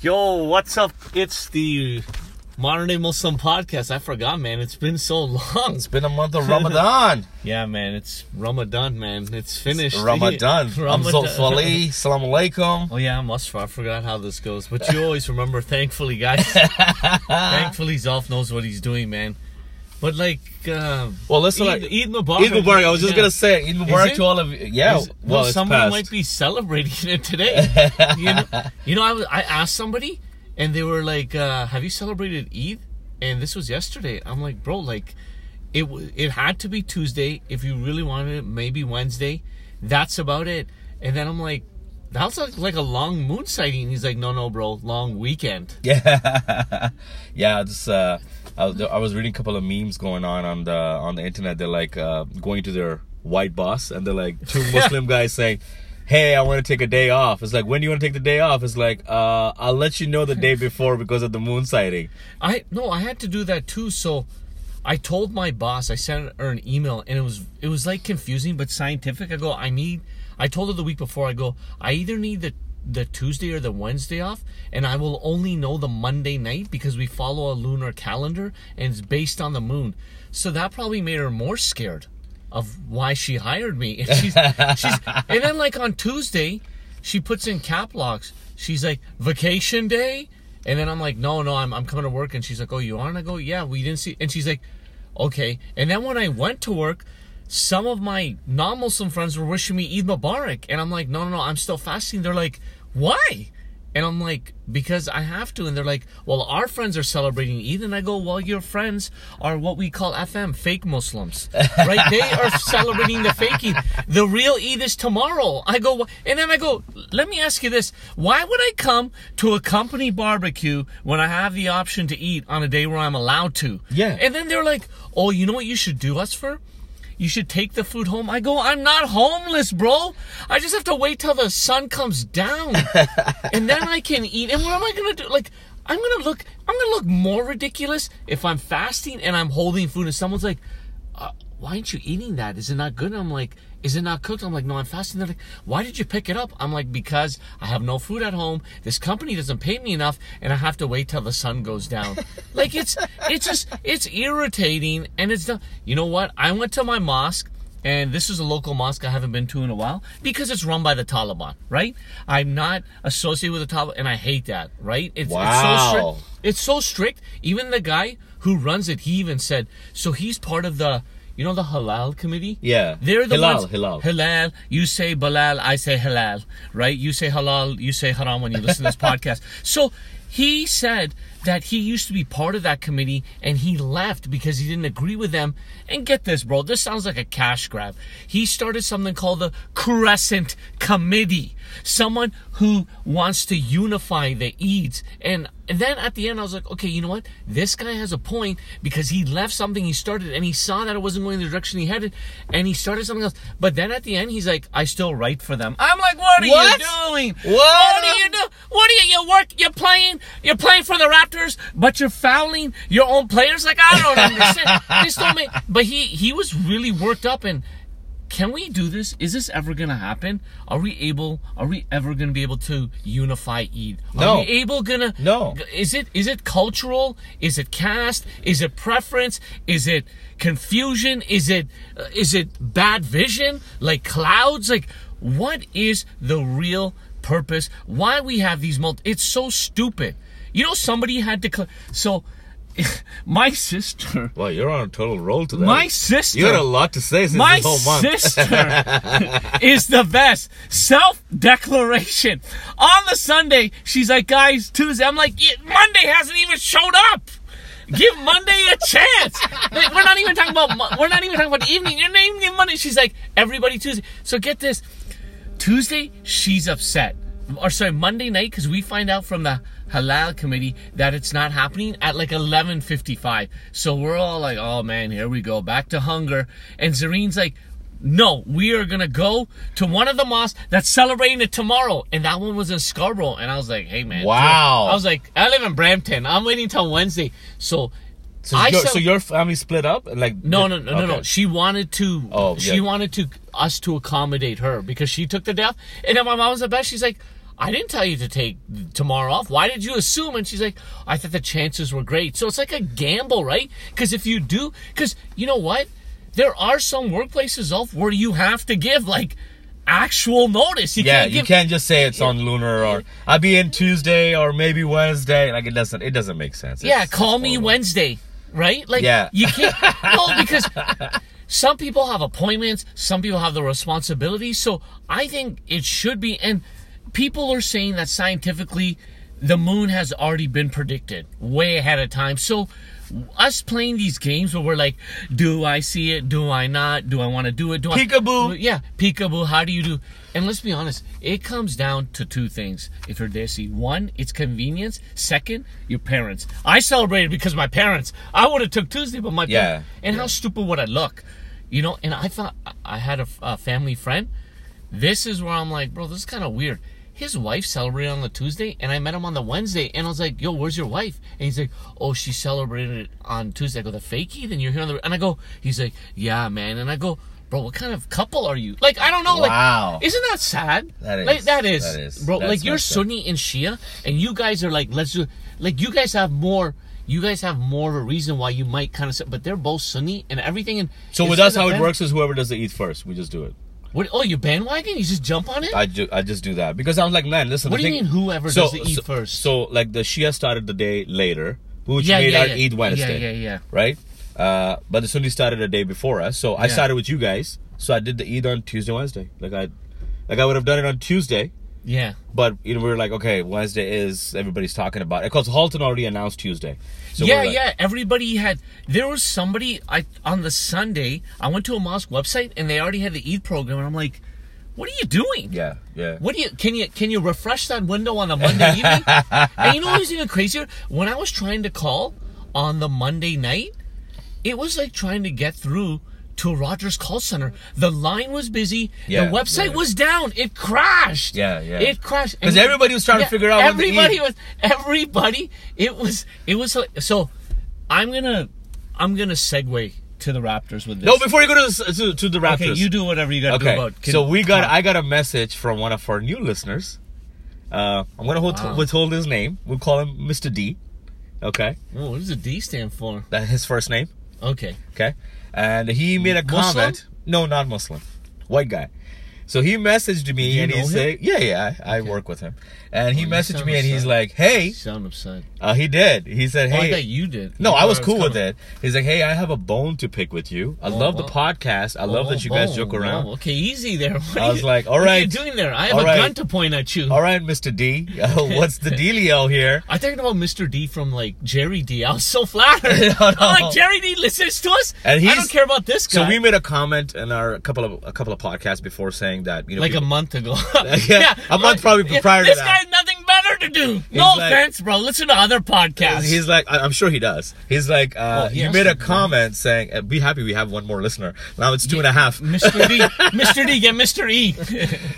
Yo, what's up? It's the Modern Day Muslim podcast. I forgot, man. It's been so long. It's been a month of Ramadan. Yeah, man. It's Ramadan, man. It's finished. Ramadan. I'm Ramadan. Zulfali. Salam alaikum. Oh yeah, Musfar. I forgot how this goes, but you always remember. Thankfully, guys. thankfully, Zolf knows what he's doing, man. But like, uh, Well, listen. Eid, like- Eid Mubarak. Eid Mubarak. I was just Yeah. gonna say Eid Mubarak it? to all of you. Yeah. Is- well, well, it's someone past. might be celebrating it today. you know, you know I, was- I asked somebody, and they were like, uh, "Have you celebrated Eid?" And this was yesterday. I'm like, "Bro, like, it w- it had to be Tuesday if you really wanted it. Maybe Wednesday. That's about it." And then I'm like, "That's like, like a long moon sighting." He's like, "No, no, bro, long weekend." Yeah, yeah. Just uh, I was I was reading a couple of memes going on on the on the internet. They're like uh, going to their white boss, and they're like two Muslim guys saying, "Hey, I want to take a day off." It's like, when do you want to take the day off? It's like, uh, I'll let you know the day before because of the moon sighting. I no, I had to do that too. So I told my boss, I sent her an email, and it was it was like confusing but scientific. I go, I need. I told her the week before. I go, I either need the the Tuesday or the Wednesday off, and I will only know the Monday night because we follow a lunar calendar and it's based on the moon. So that probably made her more scared of why she hired me. And she's, she's and then like on Tuesday, she puts in cap locks. She's like, vacation day? And then I'm like, no, no, I'm, I'm coming to work. And she's like, oh, you are? And I go, yeah, we didn't see. And she's like, okay. And then when I went to work, some of my non Muslim friends were wishing me Eid Mubarak. And I'm like, no, no, no, I'm still fasting. They're like, why? And I'm like, because I have to. And they're like, well, our friends are celebrating Eid. And I go, well, your friends are what we call FM, fake Muslims. Right? they are celebrating the fake Eid. The real Eid is tomorrow. I go, and then I go, let me ask you this. Why would I come to a company barbecue when I have the option to eat on a day where I'm allowed to? Yeah. And then they're like, oh, you know what you should do us for? You should take the food home. I go, I'm not homeless, bro. I just have to wait till the sun comes down. and then I can eat. And what am I gonna do? Like, I'm gonna look I'm gonna look more ridiculous if I'm fasting and I'm holding food and someone's like, uh, why aren't you eating that? Is it not good? And I'm like, is it not cooked? I'm like, no, I'm fasting. They're like, why did you pick it up? I'm like, because I have no food at home. This company doesn't pay me enough, and I have to wait till the sun goes down. like it's it's just it's irritating, and it's not. You know what? I went to my mosque. And this is a local mosque I haven't been to in a while because it's run by the Taliban, right? I'm not associated with the Taliban, and I hate that, right? It's, it's so strict. Wow. It's so strict. Even the guy who runs it, he even said so. He's part of the, you know, the halal committee. Yeah. they're the Hilal, ones. hilal. Halal. You say balal, I say halal, right? You say halal, you say haram when you listen to this podcast. So he said that he used to be part of that committee and he left because he didn't agree with them. And get this, bro, this sounds like a cash grab. He started something called the Crescent Committee, someone who wants to unify the Eids. And and then at the end, I was like, okay, you know what? This guy has a point because he left something he started and he saw that it wasn't going the direction he headed and he started something else. But then at the end, he's like, I still write for them. I'm like, what are What? you doing? What? What are you doing? What are you? You work, you're playing, you're playing for the Raptors, but you're fouling your own players? Like, I don't understand. this don't make, but he, he was really worked up and can we do this? Is this ever gonna happen? Are we able? Are we ever gonna be able to unify Eid? Are No. we able gonna? No. Is it is it cultural? Is it caste? Is it preference? Is it confusion? Is it uh, is it bad vision? Like clouds? Like what is the real purpose? Why we have these multi? It's so stupid. You know, somebody had to. Cl- so, my sister. Well, you're on a total roll today. My sister. You had a lot to say since My this whole month. sister is the best. Self declaration. On the Sunday, she's like, guys, Tuesday. I'm like, "Yeah, Monday hasn't even showed up. Give Monday a chance. Like, We're not even talking about. Mo- We're not even talking about the evening. You're not even giving Monday. She's like everybody Tuesday. So get this. Tuesday, she's upset. Or sorry, Monday night, because we find out from the halal committee that it's not happening at like 11:55. So we're all like, "Oh man, here we go, back to hunger." And Zareen's like, "No, we are gonna go to one of the mosques that's celebrating it tomorrow." And that one was in Scarborough. And I was like, "Hey man, Wow. I was like, "I live in Brampton. I'm waiting till Wednesday." So, So, I your, cel- so your family split up? Like no, no, no, no, no. Okay. She wanted to. Oh, she yeah. wanted to us to accommodate her because she took the death. And then my mom was the best. She's like, I didn't tell you to take tomorrow off. Why did you assume? And she's like, I thought the chances were great. So it's like a gamble, right? Because if you do, because you know what? There are some workplaces off where you have to give like actual notice. You yeah, can't you give- can't just say it's on lunar or I'll be in Tuesday or maybe Wednesday. Like it doesn't it doesn't make sense. Yeah, It's- call it's me horrible. Wednesday, right? Like, Yeah. you can't. no, because some people have appointments, some people have the responsibility. So I think it should be. And people are saying that scientifically, the moon has already been predicted way ahead of time. So us playing these games where we're like, do I see it? Do I not? Do I want to do it? Do I Peekaboo. Yeah, peekaboo. How do you do? And let's be honest, it comes down to two things. If you're desi, one, it's convenience. Second, your parents. I celebrated because my parents. I would have took Tuesday, but my Yeah, parents. And how stupid would I look? You know. And I thought I had a, a family friend. This is where I'm like, bro, this is kind of weird. His wife celebrated on the Tuesday, and I met him on the Wednesday, and I was like, "Yo, where's your wife?" And he's like, "Oh, she celebrated it on Tuesday." I go, "The fakey?" Then you're here on the, and I go, "He's like, yeah, man," and I go, "Bro, what kind of couple are you?" Like, I don't know. Wow. Like, isn't that sad? That is. Like, that is. That is. Bro, That's like you're messed up. Sunni and Shia, and you guys are like, let's do. Like you guys have more. You guys have more of a reason why you might kind of, but they're both Sunni and everything. And So it's with us, like a how it band- works is whoever does the eat first, we just do it. What, oh, you bandwagon? You just jump on it? I, ju- I just do that because I'm like, man, listen. What the do you thing- mean whoever does the eat so, first? So like the Shia started the day later, which Yeah, made yeah, our yeah. Eid Wednesday. Yeah, yeah, yeah. Right. Uh, but the Sunni started a day before us, so I Yeah. started with you guys. So I did the Eid on Tuesday, Wednesday. Like I, like I would have done it on Tuesday, yeah. but you know we were like, okay, Wednesday is everybody's talking about. it. Because Halton already announced Tuesday. So yeah, we're like, yeah. Everybody had. There was somebody I on the Sunday. I went to a mosque website and they already had the Eid program, and I'm like, "What are you doing? yeah, yeah. What do you can you can you refresh that window on a Monday evening? and you know what was even crazier? When I was trying to call on the Monday night, it was like trying to get through to a Rogers call center. The line was busy. Yeah, the website yeah. was down. It crashed. Yeah, yeah. It crashed. Because And- everybody was trying to yeah, figure out. when the Everybody Eid- was. Everybody. It was. It was. So, I'm gonna. I'm gonna segue to the Raptors with this. No, before you go to the, to, to the Raptors. okay, you do whatever you gotta Okay, do about. so we got I got a message from one of our new listeners. Uh, I'm gonna hold, Wow. withhold his name. We'll call him Mr. D. Okay, Oh, what does the D stand for? that's his first name. Okay. Okay, and he made a Muslim? comment. No, not Muslim, white guy. So he messaged me Do you and know he's him? like, "Yeah, yeah, I, I work with him." And he Oh, you messaged sound me and he's upset. like, "Hey, Sound upset. uh, he did. He said, Oh, I hey." thought you did. no, I was cool with coming- it. He's like, "Hey, I have a bone to pick with you. I Oh, love the wow. podcast. I love Oh, that you guys joke whoa, around." whoa, okay, easy there. What I are was you- like, all What are you right. doing there? I have All a right. gun to point at you. All right, Mr. D, uh, what's the dealio here? I'm thinking about Mr. D from like Jerry D. I was so flattered. no. I'm like Jerry D. listens to us. And I he's- don't care about this guy. So we made a comment in our a couple of a couple of podcasts before saying that you know like a people- month ago. Yeah, a month probably prior to this that. guy had nothing better to do. no like- offense, bro. Listen to other podcasts. He's like, I- I'm sure he does. He's like, uh, Oh, he you has made a to be. comment saying, uh, "Be happy, we have one more listener." Now it's two and a half. Mr. D. Mr. D. Get Mr. E.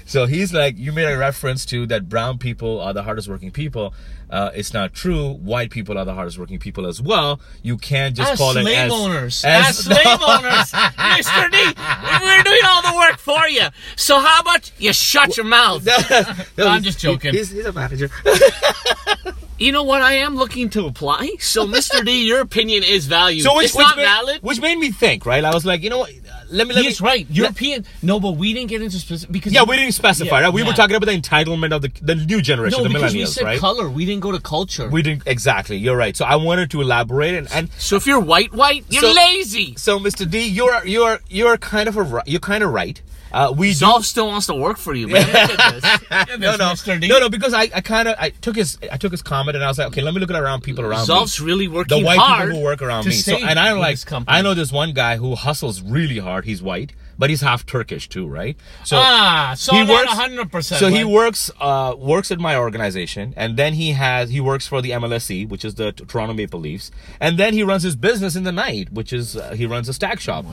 So he's like, you made a reference to that brown people are the hardest working people. Uh, it's not true. White people are the hardest working people as well. You can't just as call slave it as owners. as- As, slave owners, Mr. D, we're doing all the work for you. So how about you shut your mouth? No, I'm he's- just joking. He's, he's a manager. You know what? I am looking to apply. So Mr. D, your opinion is valued. So which, it's which not made, valid. Which made me think, right? I was like, you know what? Uh, Let me. Let He's me, right. let- European. No, but we didn't get into specific because Yeah, we didn't specify. Yeah, right? We were yeah. talking about the entitlement of the, the new generation, No, the because we millennials, said right? color. We didn't go to culture. we didn't exactly. You're right. So I wanted to elaborate, and, and so if you're white, white, you're So- lazy. so Mr. D, you're you're you're kind of a ri- you're kind of right. Uh, we do. Dolph still wants to work for you, man. Look at this. Look at No, this, no, Mr. D. no, no. Because I, I kind of, I took his, I took his comment, and I was like, okay, let me look at around people around me. Zolf's really the working white hard people who work around to me. So, stay and I in don't like. this company. I know this one guy who hustles really hard. He's white, but he's half Turkish too, right? So ah, so not 100%. So he but- works uh, works at my organization, and then he has he works for the MLSE, which is the T- Toronto Maple Leafs, and then he runs his business in the night, which is uh, he runs a stack shop.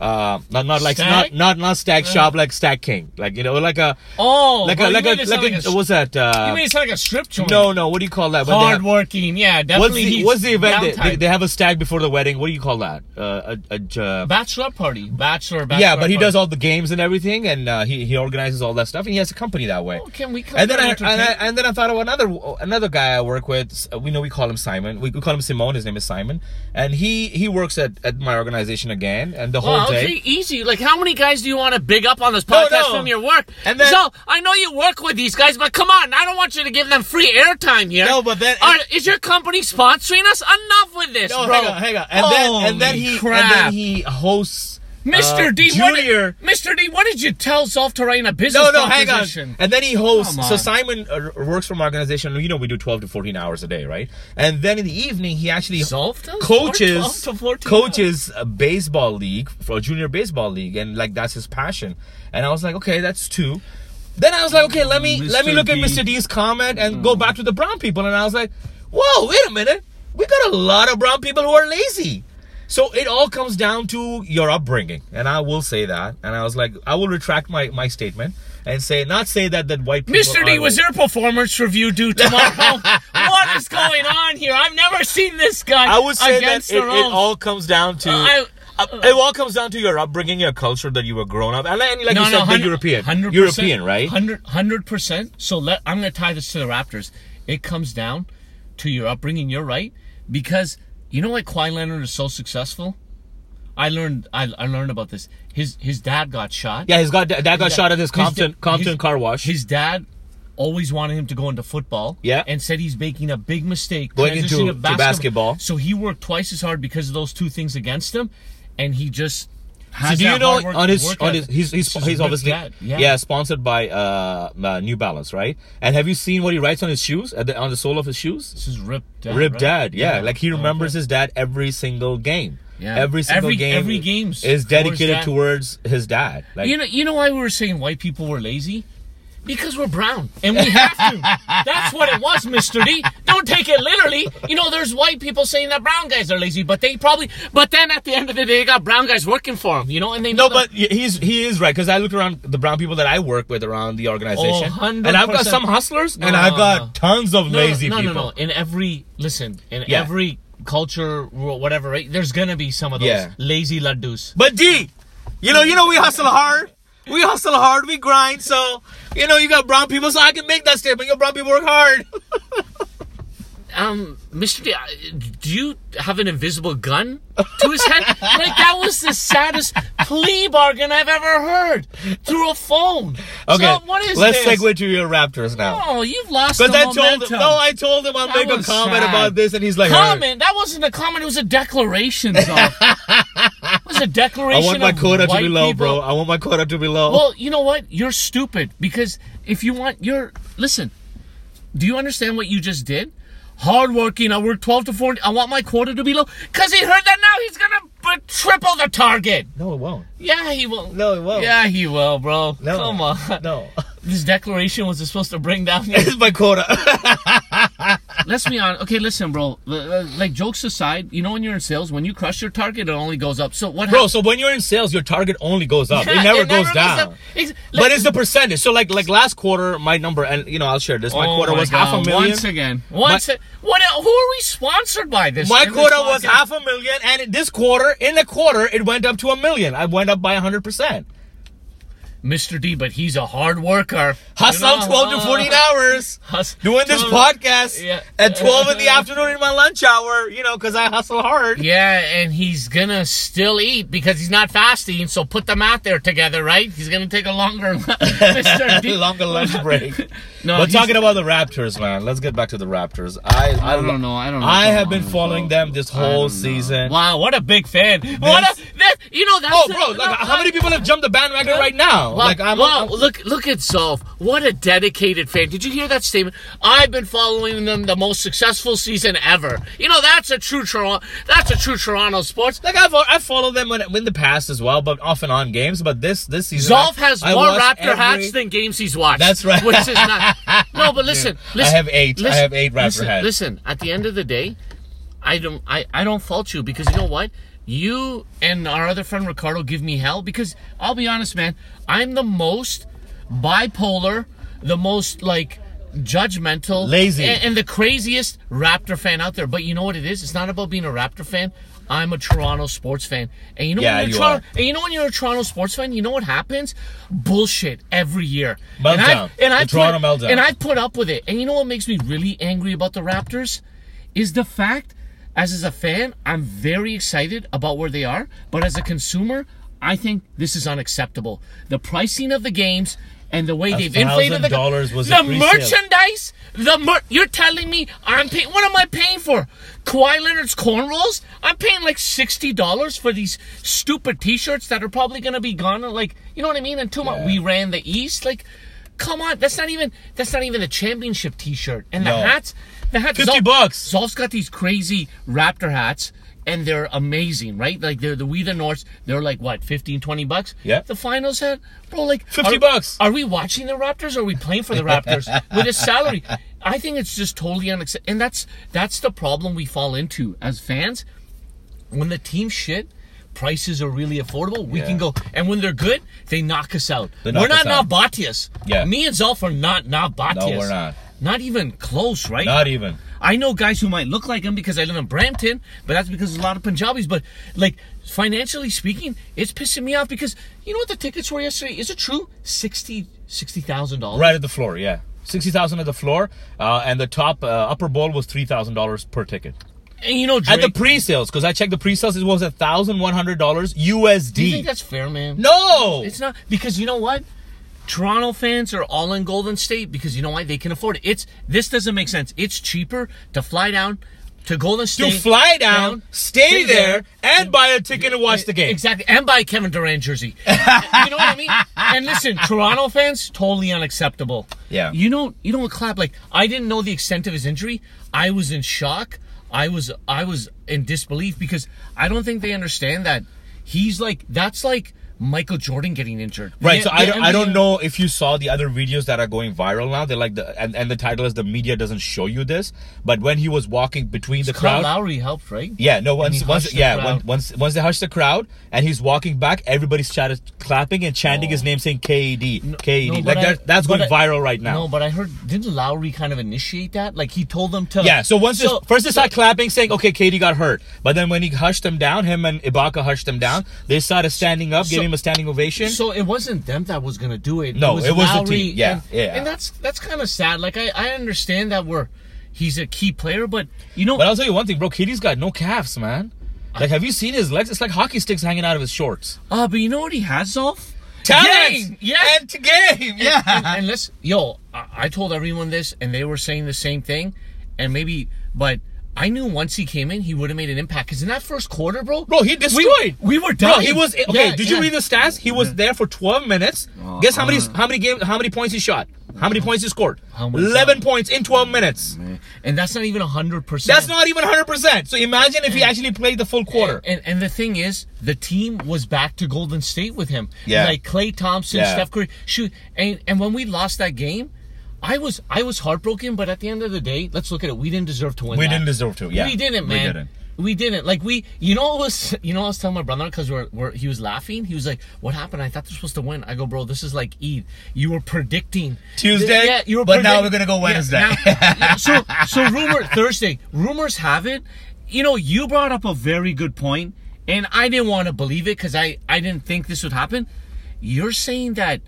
uh, not not like Oh Stack? Uh. not not not stack shop like stack king like you know like a Oh, like a well, you like a made it sound like a, like a s- what's that You uh, mean it's like a strip joint? no no what do you call that When they have- hardworking. Yeah, what's definitely. the he's what's the event they- downtime. they, they have a stack before the wedding what do you call that uh, a, a, uh, bachelor party, bachelor. bachelor yeah but he party. does all the games and everything and uh, he he organizes all that stuff and he has a company that way Oh, can we? Come and then I, down and to I take- and then I thought of another another guy I work with. We know we call him Simon. We, we call him Simone. His name is Simon, and he he works at, at my organization again. And the whole Wow, day, okay, easy. Like, how many guys do you want to big up on this No, podcast no. from your work? And then- so I know you work with these guys, but come on, I don't want you to give them free airtime here. No, but then- Are- is your company sponsoring us? Enough with this, No, bro. Oh, hang on, hang on. And then and then Holy he crap. and then he hosts Mr. uh, D, what did- Junior. Mr. D, what did you tell Soft Terrain a business No, no, hang on. proposition? And then he hosts. Come So on. Simon uh, works for my organization. You know, we do twelve to fourteen hours a day, right? And then in the evening, he actually Soft does coaches 12 to 14 coaches a baseball league for a junior baseball league, and like that's his passion. And I was like, okay, that's two. Then I was like, okay, let me let me Mr. look at D. Mr. D's comment and go back to the brown people. And I was like, whoa, wait a minute, we got a lot of brown people who are lazy. So it all comes down to your upbringing, and I will say that. And I was like, I will retract my, my statement and say not say that that white people. Mr. D, are was lazy. your performance review due tomorrow? what is going on here? I've never seen this guy I would say that against it, it the ropes. all comes down to. I- Uh, it all comes down to your upbringing, your culture that you were grown up, and like, and like you said, the European, 100%, European, right? 100 percent. So let I'm going to tie this to the Raptors. It comes down to your upbringing. You're right because you know why Kawhi Leonard is so successful. I learned I, I learned about this. His his dad got shot. Yeah, he's got that guy Yeah. shot at this His da- Compton Compton his- car wash. His dad always wanted him to go into football. Yeah. And said he's making a big mistake Going into- transitioning to basketball. So he worked twice as hard because of those two things against him, and he just. so has do you that know hard work- on his work on his ethic. he's he's, This is he's good obviously dad, yeah. yeah. sponsored by uh, uh New Balance right and have you seen what he writes on his shoes at the, on the sole of his shoes This is ripped. Dad, Rip right? Dad, yeah. Like he Oh, remembers his dad every single game. Yeah. Every single Every- game. every game's is towards dedicated that. towards his dad. Like You know, you know why we were saying white people were lazy? Because we're brown and we have to. That's what it was, Mr. D. Don't take it literally. You know, there's white people saying that brown guys are lazy, but they probably. But then at the end of the day, they got brown guys working for them. You know, and they know no, them. but y- he's he is right because I look around the brown people that I work with around the organization, Oh, and 100%. I've got some hustlers, and No, I've no, got no. tons of no, lazy no, people. No, no, no. In every listen, in Yeah. every culture, wh- whatever, right? There's gonna be some of those Yeah. lazy laddus. But D, you know, you know, we hustle hard. We hustle hard. We grind. So you know, you got brown people, so I can make that statement. Your brown people work hard. um, Mr. D, I- do you have an invisible gun to his head? like that was the saddest plea bargain I've ever heard through a phone. Okay, so, what is let's this? segue to your Raptors now. Oh, you've lost Because the I momentum. told him, no, I told him I'll That make a was comment sad. about this, and he's like, "Alright." comment. That wasn't a comment. It was a declaration. Though. it was a I declaration. want my of quota to white be low, people. bro. I want my quota to be low. Well, you know what? You're stupid because if you want your listen, do you understand what you just did? Hardworking. I work twelve to four. I want my quota to be low because he heard that now he's gonna b- triple the target. no, it won't. Yeah, he will. No, it won't. Yeah, he will, bro. No. Come on. No. This declaration was supposed to bring down. your- It's my quota. Let's be honest. Okay, listen, bro. L- l- Like jokes aside, you know when you're in sales, when you crush your target, it only goes up. So what? Bro, so when you're in sales, your target only goes up. hap- it never goes down. up. Ex- But it's the percentage. So like like last quarter, my number and you know, I'll share this. My Oh quota my was half a God, million. Once again, once a- what? Who are we sponsored by this? My in quota this was podcast? half a million, and this quarter, in the quarter, it went up to a million. I went up by hundred percent. Mr. D, but he's a hard worker. Hustle You know? Uh, twelve to fourteen hours. Hus- Doing this 12 podcast Yeah. at twelve in the afternoon in my lunch hour, you know, because I hustle hard. Yeah, and he's gonna still eat because he's not fasting. So put them out there together, right? He's gonna take a longer, Mr. D. longer lunch break. No, We're he's- talking about the Raptors, man. Let's get back to the Raptors. I I, don't know. I don't know. I Come have been on, following bro. them this whole season. Wow, what a big fan! What a that, you know that's Oh, the- bro! Like, how many people have jumped the bandwagon right now? Wow, Like, I'm, wow, I'm- look look at Zolf. What a dedicated fan. Did you hear that statement? I've been following them the most successful season ever. You know, that's a true Toronto that's a true Toronto sports. like I've I followed them in, in the past as well, but off and on games. But this this season, Zolf I- has I more watched Raptor every- hats than games he's watched. That's right. Which is not No, but listen, I listen have eight. I listen, have eight Raptor listen, hats. Listen, at the end of the day, I don't I, I don't fault you because you know what? you and our other friend Ricardo give me hell because I'll be honest, man, I'm the most bipolar, the most like judgmental, Lazy. a- and, the craziest Raptor fan out there. But you know what it is? It's not about being a Raptor fan. I'm a Toronto sports fan, and you know Yeah, when you're you Toronto, are. and you know when you're a Toronto sports fan, you know what happens? Bullshit every year. And Meltdown. I, and I The Toronto put, meltdown. And I put up with it. And you know what makes me really angry about the Raptors is the fact, as as a fan, I'm very excited about where they are, but as a consumer, I think this is unacceptable. The pricing of the games and the way they've inflated the $1,000 was a the pre-sale. merchandise. The mer- you're telling me I'm paying. What am I paying for? Kawhi Leonard's corn rolls? I'm paying like sixty dollars for these stupid T-shirts that are probably gonna be gone. in, Like you know what I mean? And two months Yeah. we ran the East. Like, come on, that's not even that's not even the championship T-shirt and the No. hats. The hats. 50 bucks. Zolf's got these crazy Raptor hats. And they're amazing, right? Like they're the We the Norths. They're like what, 15, 20 bucks? Yeah. The finals hat, bro. Like 50 are- bucks. Are we watching the Raptors? Or are we playing for the Raptors with a salary? I think it's just totally unacceptable, and that's that's the problem we fall into as fans. When the team shit, prices are really affordable. We can Yeah. go, and when they're good, they knock us out. They knock we're not us out. Nabatias. Yeah. me and Zolf are not Nabatias. No, we're not. Not even close, right? Not even. I know guys who might look like him because I live in Brampton, but that's because there's a lot of Punjabis. But like financially speaking, it's pissing me off because you know what the tickets were yesterday? Is it true? Sixty sixty thousand dollars. Right at the floor, yeah. Sixty thousand at the floor, uh, and the top uh, upper bowl was three thousand dollars per ticket And you know, at Drake, the pre-sales. Because I checked the pre-sales, it was a thousand one hundred dollars USD. do you think that's fair, man? no, It's not because you know what? Toronto fans are all in Golden State because you know why they can afford it. It's this doesn't make sense. It's cheaper to fly down to Golden to State. fly down, stay stay there, there, and buy a ticket and watch the game. Exactly. And buy a Kevin Durant jersey. you know what I mean? And listen, Toronto fans, totally unacceptable. Yeah. You don't you don't clap like I didn't know the extent of his injury. I was in shock. I was I was in disbelief because I don't think they understand that he's like that's like Michael Jordan getting injured. Right, The- so I the don't, I don't NBA know if you saw the other videos that are going viral now. They're like the and, and the title is the media doesn't show you this. But when he was walking between the Kyle crowd, Lowry helped, right? Yeah, no. Once, he once, hushed the yeah, crowd. once, once, once they hush the crowd, and he's walking back, everybody's shouted, clapping and chanting his name, saying E KD, KD. Oh. no, like but I- that, that's but going I- viral right now. No, but I heard didn't Lowry kind of initiate that? Like he told them to yeah. So once, So- this, first they start clapping, saying, "Okay, KD got hurt," but then when he hushed them down, him and Ibaka hushed them down. They started standing up, gave So- him a standing ovation. So it wasn't them that was gonna do it. No, it was the Lowry team. Yeah, and, yeah. And that's that's kind of sad. Like I, I understand that we're he's a key player, but you know, but I'll tell you one thing, bro. KD's got no calves, man. Like, have you seen his legs? It's like hockey sticks hanging out of his shorts. uh, but you know what he has off? Talent, yes. and to game, yeah. and, and let's yo I, I told everyone this and they were saying the same thing and maybe but i knew once he came in he would have made an impact because in that first quarter bro Bro, he destroyed. we, we were Bro, done he was okay. did you read the stats? He was there for 12 minutes. Oh, Guess how many how many games how many points he shot? How many points he scored? uh. How many 11 points in 12 minutes. and that's not even 100% That's not even 100%. So imagine if he actually played the full quarter. And and the thing is, the team was back to Golden State with him. Yeah. Like Clay Thompson, Yeah. Steph Curry. Shoot, and and when we lost that game, I was I was heartbroken. But at the end of the day, let's look at it. We didn't deserve to win. We that. didn't deserve to, yeah. we didn't, We man. didn't. We didn't. Like we, you know, it was you know, I was telling my brother because we're, we're he was laughing. He was like, "What happened? I thought this was supposed to win." I go, "Bro, this is like Eid. You were predicting Tuesday, Yeah, you were. but predict- now we're gonna go Yeah, Wednesday. now- yeah, so, so rumor Thursday. Rumors have it. You know, you brought up a very good point, and I didn't want to believe it because I I didn't think this would happen. You're saying that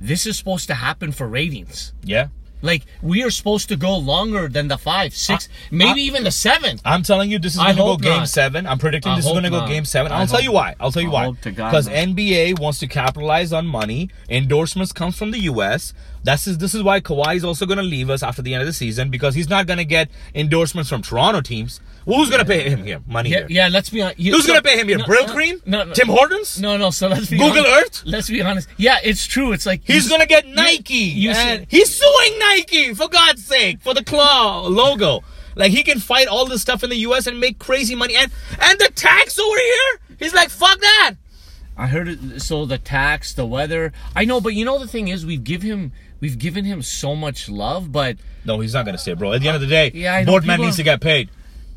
this is supposed to happen for ratings. Yeah. Like we are supposed to go longer than the five, six, maybe even the seven. I'm telling you, this is I going to go hope game not. seven. I'm predicting I this is hope going to go not. game seven. I I'll tell hope- you why. I'll tell you I why. hope to God Because not. NBA wants to capitalize on money. Endorsements comes from the US. That's is this is why Kawhi is also going to leave us after the end of the season because he's not going to get endorsements from Toronto teams. Well, who's going to pay him here? Money Yeah, here. yeah. Let's be honest. Who's going to pay him here? Brill Cream? No, no, Tim Hortons? no, no. So let's be Google honest. Earth? Let's be honest. Yeah, it's true. It's like He's gonna get Nike. you and said- he's suing Nike for God's sake for the claw logo. Like he can fight all this stuff in the U.S. and make crazy money. And and the tax over here, he's like, fuck that. I heard it. So the tax, the weather. I know, but you know the thing is, we've give him, we've given him so much love, but No, he's not gonna say, bro. At the end of the day, Yeah, I know Boardman people- needs to get paid.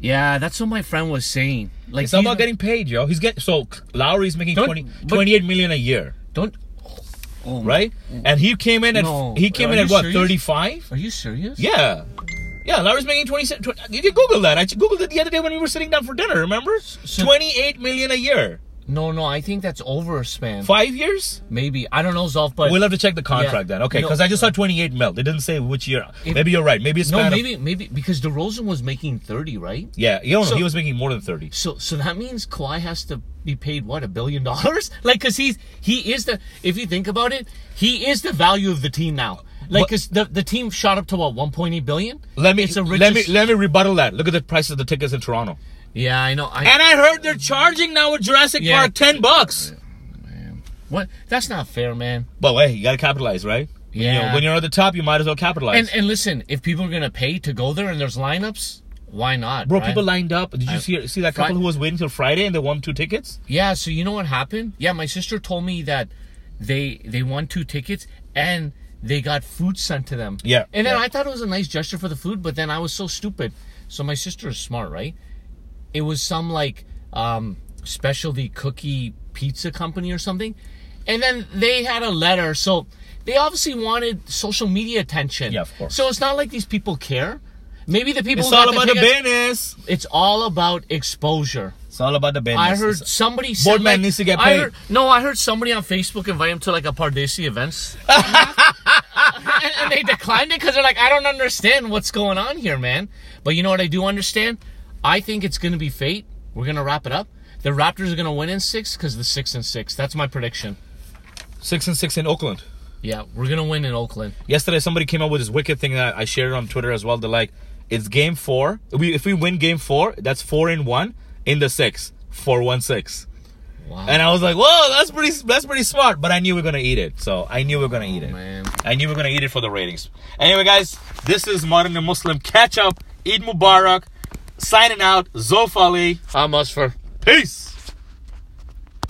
Yeah, that's what my friend was saying. Like, It's not he's- about getting paid, yo. He's getting so Lowry's making Don't- 20, but- 28 million a year, Don't. Oh, my- right? And he came in at No. he came Are in you at what serious? thirty five? Are you serious? Yeah, yeah. Lowry's making twenty seven. You can Google that. I googled it the other day when we were sitting down for dinner. Remember, so- twenty eight million a year, No, no, I think that's over a span. five years. Maybe I don't know, Zolf, but We'll have to check the contract then, okay? No. Because I just saw twenty eight mil. It didn't say which year. If- maybe you're right. Maybe it's no, span of- maybe maybe because DeRozan was making thirty, right? yeah. You don't know, So- he was making more than thirty. So so that means Kawhi has to be paid what a billion dollars? Like, cause he's he is the if you think about it, he is the value of the team now. Like, But- cause the the team shot up to what one point eight billion. Let me It's the let me richest- let me rebuttal that. Look at the prices of the tickets in Toronto. Yeah, I know. I And I heard they're charging now at Jurassic Yeah. Park ten bucks. what? That's not fair, man. But hey, you gotta capitalize, right? You know, Yeah. when you're at the top, you might as well capitalize. And and listen, if people are gonna pay to go there and there's lineups, why not, Bro, right? people lined up. Did you see see that Fri- couple who was waiting till Friday and they won two tickets? Yeah, so you know what happened? Yeah, my sister told me that they they won two tickets and they got food sent to them. Yeah, And then yeah. I thought it was a nice gesture for the food, but then I was so stupid. So my sister is smart, right? It was some like um specialty cookie pizza company or something. And then they had a letter, so they obviously wanted social media attention. Yeah, of course. So it's not like these people care. Maybe the people It's who all got about the tickets- business. It's all about exposure. It's all about the business. I heard It's- somebody said Boardman like- needs to get I paid. heard- no, I heard somebody on Facebook invite him to like a Pardesi events, and, and they declined it because they're like, I don't understand what's going on here, man. But you know what I do understand? I think it's gonna be fate. We're gonna wrap it up. The Raptors are gonna win in six because the six and six. That's my prediction. six and six in Oakland. Yeah, we're gonna win in Oakland. Yesterday, somebody came up with this wicked thing that I shared on Twitter as well. They're like, "It's game four. We, if we win game four, that's four in one in the six, four one six. Wow, And I was like, "Whoa, that's pretty. That's pretty smart." But I knew we are gonna eat it, so I knew we are gonna eat it. Oh, man. I knew we are gonna eat it for the ratings. Anyway, guys, this is Modern and Muslim catch up. Eid Mubarak. Signing out. Zofali. I'm us for. Peace.